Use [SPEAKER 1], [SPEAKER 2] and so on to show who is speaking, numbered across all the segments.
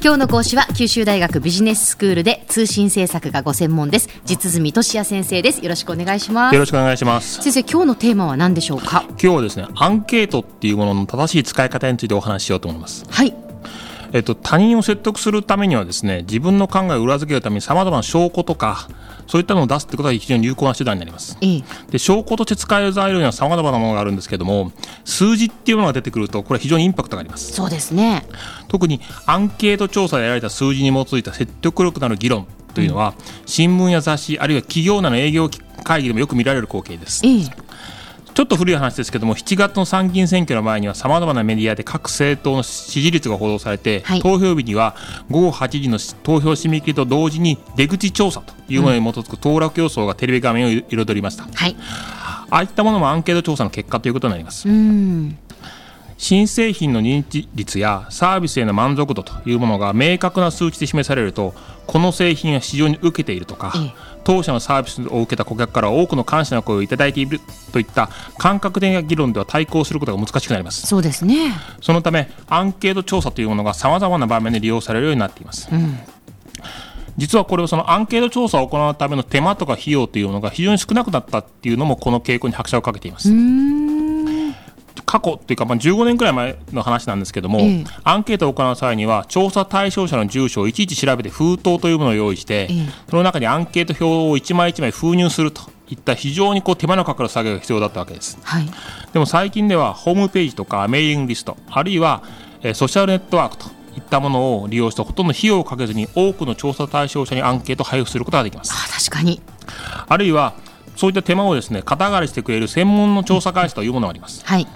[SPEAKER 1] 今日の講師は九州大学ビジネススクールで通信政策がご専門です実住俊也先生ですよろしくお願いします
[SPEAKER 2] よろしくお願いします
[SPEAKER 1] 先生今日のテーマは何でしょうか
[SPEAKER 2] 今日はですねアンケートっていうものの正しい使い方についてお話ししようと思います
[SPEAKER 1] はい
[SPEAKER 2] えっと、他人を説得するためにはですね自分の考えを裏付けるためにさまざまな証拠とかそういったのを出すってことは非常に有効な手段になります。
[SPEAKER 1] ええ
[SPEAKER 2] で証拠として使える材料にはさまざまなものがあるんですけども数字っていうものが出てくるとこれは非常にインパクトがあります。
[SPEAKER 1] そうですね
[SPEAKER 2] 特にアンケート調査で得られた数字に基づいた説得力のある議論というのは、新聞や雑誌あるいは企業内の営業会議でもよく見られる光景です。
[SPEAKER 1] ええ
[SPEAKER 2] ちょっと古い話ですけども7月の参議院選挙の前にはさまざまなメディアで各政党の支持率が報道されて、
[SPEAKER 1] はい
[SPEAKER 2] 投票日には午後8時の投票締め切りと同時に出口調査というものに基づく当落予想がテレビ画面を彩りました、
[SPEAKER 1] はい
[SPEAKER 2] ああいったものもアンケート調査の結果ということになります
[SPEAKER 1] うん
[SPEAKER 2] 新製品の認知率やサービスへの満足度というものが明確な数値で示されるとこの製品は市場に受けているとか、
[SPEAKER 1] ええ
[SPEAKER 2] 当社のサービスを受けた顧客から多くの感謝の声をいただいているといった感覚的な議論では対抗することが難しくなります
[SPEAKER 1] そうですね
[SPEAKER 2] そのためアンケート調査というものがさまざまな場面で利用されるようになっています、実はこれはそのアンケート調査を行うための手間とか費用というものが非常に少なくなったっていうのもこの傾向に拍車をかけています
[SPEAKER 1] うん
[SPEAKER 2] 過去っていうか、まあ、15年くらい前の話なんですけども、
[SPEAKER 1] ええ
[SPEAKER 2] アンケートを行う際には調査対象者の住所をいちいち調べて封筒というものを用意して、
[SPEAKER 1] ええ
[SPEAKER 2] その中にアンケート表を一枚一枚封入するといった非常にこう手間のかかる作業が必要だったわけです
[SPEAKER 1] はい
[SPEAKER 2] でも最近ではホームページとかメーリングリストあるいは、えーソーシャルネットワークといったものを利用してほとんど費用をかけずに多くの調査対象者にアンケートを配布することができます
[SPEAKER 1] あ確かに
[SPEAKER 2] あるいはそういった手間をですね肩代わりしてくれる専門の調査会社というものがあります
[SPEAKER 1] はい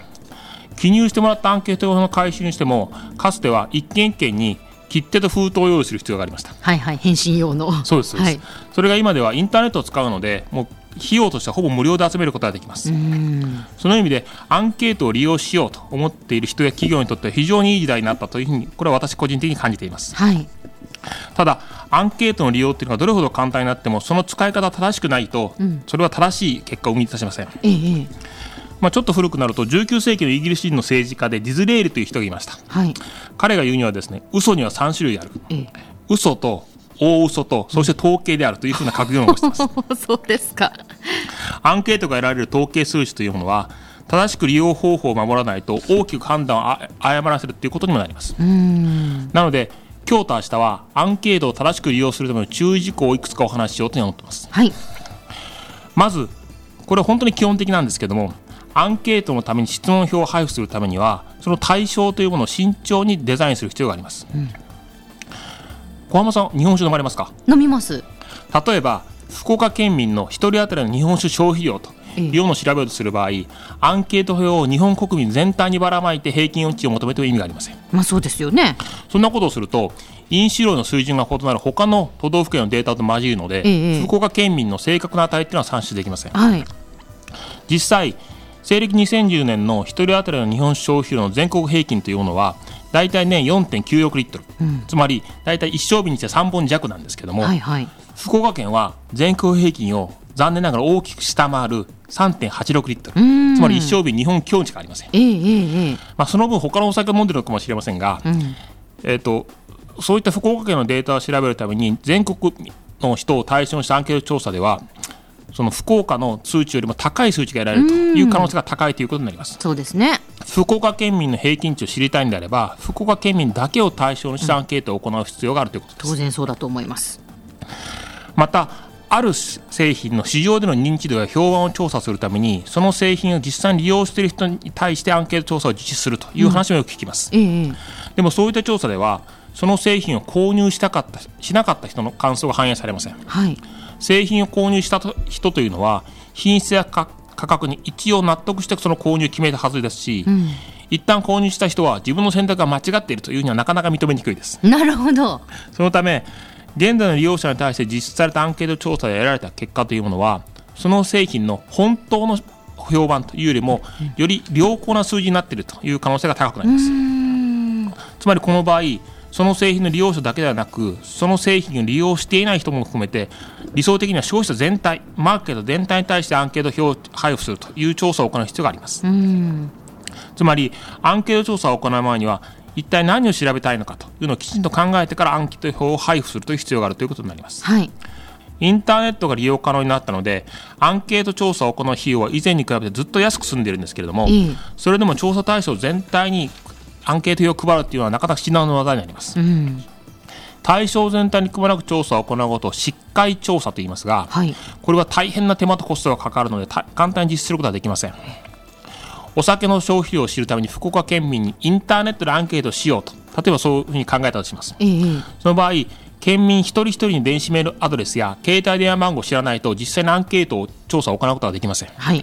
[SPEAKER 2] 記入してもらったアンケート用の回収にしてもかつては一件一件に切手と封筒を用意する必要がありました
[SPEAKER 1] はいはい返信用の
[SPEAKER 2] そうですそうです、
[SPEAKER 1] はい
[SPEAKER 2] それが今ではインターネットを使うのでもう費用としてはほぼ無料で集めることができます
[SPEAKER 1] うん
[SPEAKER 2] その意味でアンケートを利用しようと思っている人や企業にとっては非常にいい時代になったというふうにこれは私個人的に感じています
[SPEAKER 1] はい
[SPEAKER 2] ただアンケートの利用っていうのがどれほど簡単になってもその使い方が正しくないと、それは正しい結果を生み出せません、
[SPEAKER 1] ええええ
[SPEAKER 2] まあ、ちょっと古くなると19世紀のイギリス人の政治家でディズレールという人がいました
[SPEAKER 1] はい
[SPEAKER 2] 彼が言うにはですね嘘には3種類ある
[SPEAKER 1] ええ
[SPEAKER 2] 嘘と大嘘とそして統計であるというふうな格言を残していま す
[SPEAKER 1] そうですか
[SPEAKER 2] アンケートが得られる統計数値というものは正しく利用方法を守らないと大きく判断をあ誤らせるということにもなります
[SPEAKER 1] うん
[SPEAKER 2] なので今日と明日はアンケートを正しく利用するための注意事項をいくつかお話ししようと思っています
[SPEAKER 1] はい
[SPEAKER 2] まずこれ本当に基本的なんですけどもアンケートのために質問票を配布するためにはその対象というものを慎重にデザインする必要があります、小浜さん日本酒飲まれますか
[SPEAKER 1] 飲みます
[SPEAKER 2] 例えば福岡県民の1人当たりの日本酒消費量と
[SPEAKER 1] ええ
[SPEAKER 2] 量の調べをする場合、アンケート票を日本国民全体にばらまいて平均値を求めても意味がありません
[SPEAKER 1] まあそうですよね
[SPEAKER 2] そんなことをすると飲酒量の水準が異なる他の都道府県のデータと混じるので、
[SPEAKER 1] ええ
[SPEAKER 2] 福岡県民の正確な値っていうのは算出できません
[SPEAKER 1] はい
[SPEAKER 2] 実際西暦2010年の1人当たりの日本酒消費量の全国平均というものは大体年4.9億リットル、つまり大体一升瓶にして3本弱なんですけども、
[SPEAKER 1] はいはい
[SPEAKER 2] 福岡県は全国平均を残念ながら大きく下回る3.86リットル
[SPEAKER 1] うん
[SPEAKER 2] つまり一生日日本強値がありません、
[SPEAKER 1] ええええええ
[SPEAKER 2] まあ、その分他のお酒を飲んでるのかもしれませんが、
[SPEAKER 1] うん
[SPEAKER 2] えー、とそういった福岡県のデータを調べるために全国の人を対象にしたアンケート調査ではその福岡の数値よりも高い数値が得られるという可能性が高いということになります
[SPEAKER 1] そうですね
[SPEAKER 2] 福岡県民の平均値を知りたいんであれば福岡県民だけを対象にしたアンケートを行う必要があるということです
[SPEAKER 1] 当然そうだと思います
[SPEAKER 2] またある製品の市場での認知度や評判を調査するためにその製品を実際に利用している人に対してアンケート調査を実施するという話もよく聞きます、
[SPEAKER 1] ええええ
[SPEAKER 2] でもそういった調査ではその製品を購入したかったしなかった人の感想が反映されません
[SPEAKER 1] はい
[SPEAKER 2] 製品を購入したと人というのは品質や価価格に一応納得してその購入を決めたはずですし、一旦購入した人は自分の選択が間違っているというにはなかなか認めにくいです
[SPEAKER 1] なるほど
[SPEAKER 2] そのため、現在の利用者に対して実施されたアンケート調査で得られた結果というものは、その製品の本当の評判というよりも、より良好な数字になっているという可能性が高くなります。つまりこの場合、その製品の利用者だけではなく、その製品を利用していない人も含めて、理想的には消費者全体、マーケット全体に対してアンケート票を配布するという調査を行う必要があります。つまりアンケート調査を行う前には一体何を調べたいのかというのをきちんと考えてからアンケート表を配布するという必要があるということになります。
[SPEAKER 1] はい。
[SPEAKER 2] インターネットが利用可能になったので、アンケート調査を行う費用は以前に比べてずっと安く済んでいるんですけれども、
[SPEAKER 1] ええ
[SPEAKER 2] それでも調査対象全体にアンケート表を配るというのはなかなか至難の技になります。
[SPEAKER 1] うん。
[SPEAKER 2] 対象全体にくまなく調査を行うことを失会調査と言いますが、
[SPEAKER 1] はい。
[SPEAKER 2] これは大変な手間とコストがかかるのでた簡単に実施することはできませんお酒の消費量を知るために福岡県民にインターネットでアンケートをしようと例えばそういうふうに考えたとします
[SPEAKER 1] ええ
[SPEAKER 2] その場合県民一人一人に電子メールアドレスや携帯電話番号を知らないと実際のアンケートを調査を行うことはできません
[SPEAKER 1] はい。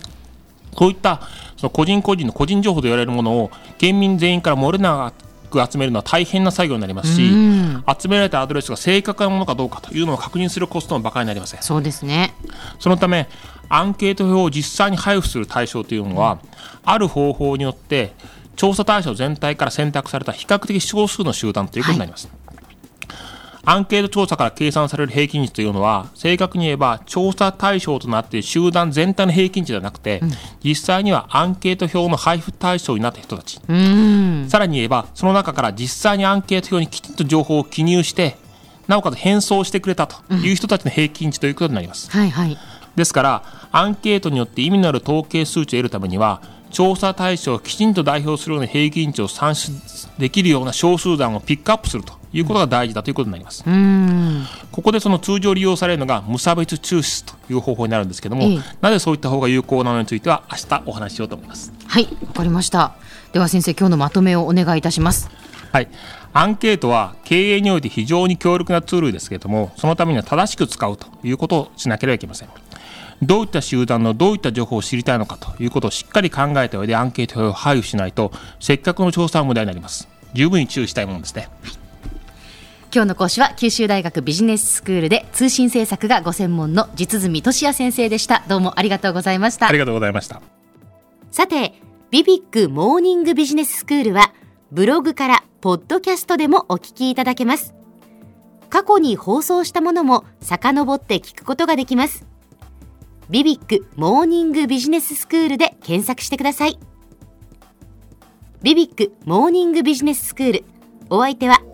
[SPEAKER 2] そういったその個人個人の個人情報と言われるものを県民全員から漏れなく集めるのは大変な作業になりますし
[SPEAKER 1] うん
[SPEAKER 2] 集められたアドレスが正確なものかどうかというのを確認するコストも馬鹿になりません
[SPEAKER 1] そうですね。
[SPEAKER 2] そのためアンケート表を実際に配布する対象というのは、ある方法によって調査対象全体から選択された比較的少数の集団ということになります、アンケート調査から計算される平均値というのは正確に言えば調査対象となっている集団全体の平均値ではなくて、実際にはアンケート表の配布対象になった人たち、
[SPEAKER 1] うん。
[SPEAKER 2] さらに言えば、その中から実際にアンケート表にきちんと情報を記入して、なおかつ返送してくれたという人たちの平均値ということになります。
[SPEAKER 1] はいはい。
[SPEAKER 2] ですから、アンケートによって意味のある統計数値を得るためには、調査対象をきちんと代表するような平均値を算出できるような少数団をピックアップするということが大事だということになります。
[SPEAKER 1] うん。
[SPEAKER 2] ここでその通常利用されるのが無差別抽出という方法になるんですけども、
[SPEAKER 1] ええ
[SPEAKER 2] なぜそういった方が有効なのについては明日お話ししようと思います。
[SPEAKER 1] はい。わかりました。では先生、今日のまとめをお願いいたします。
[SPEAKER 2] はい、アンケートは経営において非常に強力なツールですけれどもそのためには正しく使うということをしなければいけませんどういった集団のどういった情報を知りたいのかということをしっかり考えた上でアンケートを配布しないとせっかくの調査は無駄になります十分に注意したいものですね
[SPEAKER 1] 今日の講師は九州大学ビジネススクールで通信政策がご専門の実住俊也先生でした。どうもありがとうございました
[SPEAKER 2] あ。りがとうございました
[SPEAKER 1] さて、ビビックモーニングビジネススクールは、ブログからポッドキャストでもお聞きいただけます。過去に放送したものも遡って聞くことができます。ビビックモーニングビジネススクールで検索してください。ビビックモーニングビジネススクール。お相手は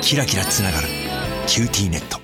[SPEAKER 3] キラキラつながるキューティーネット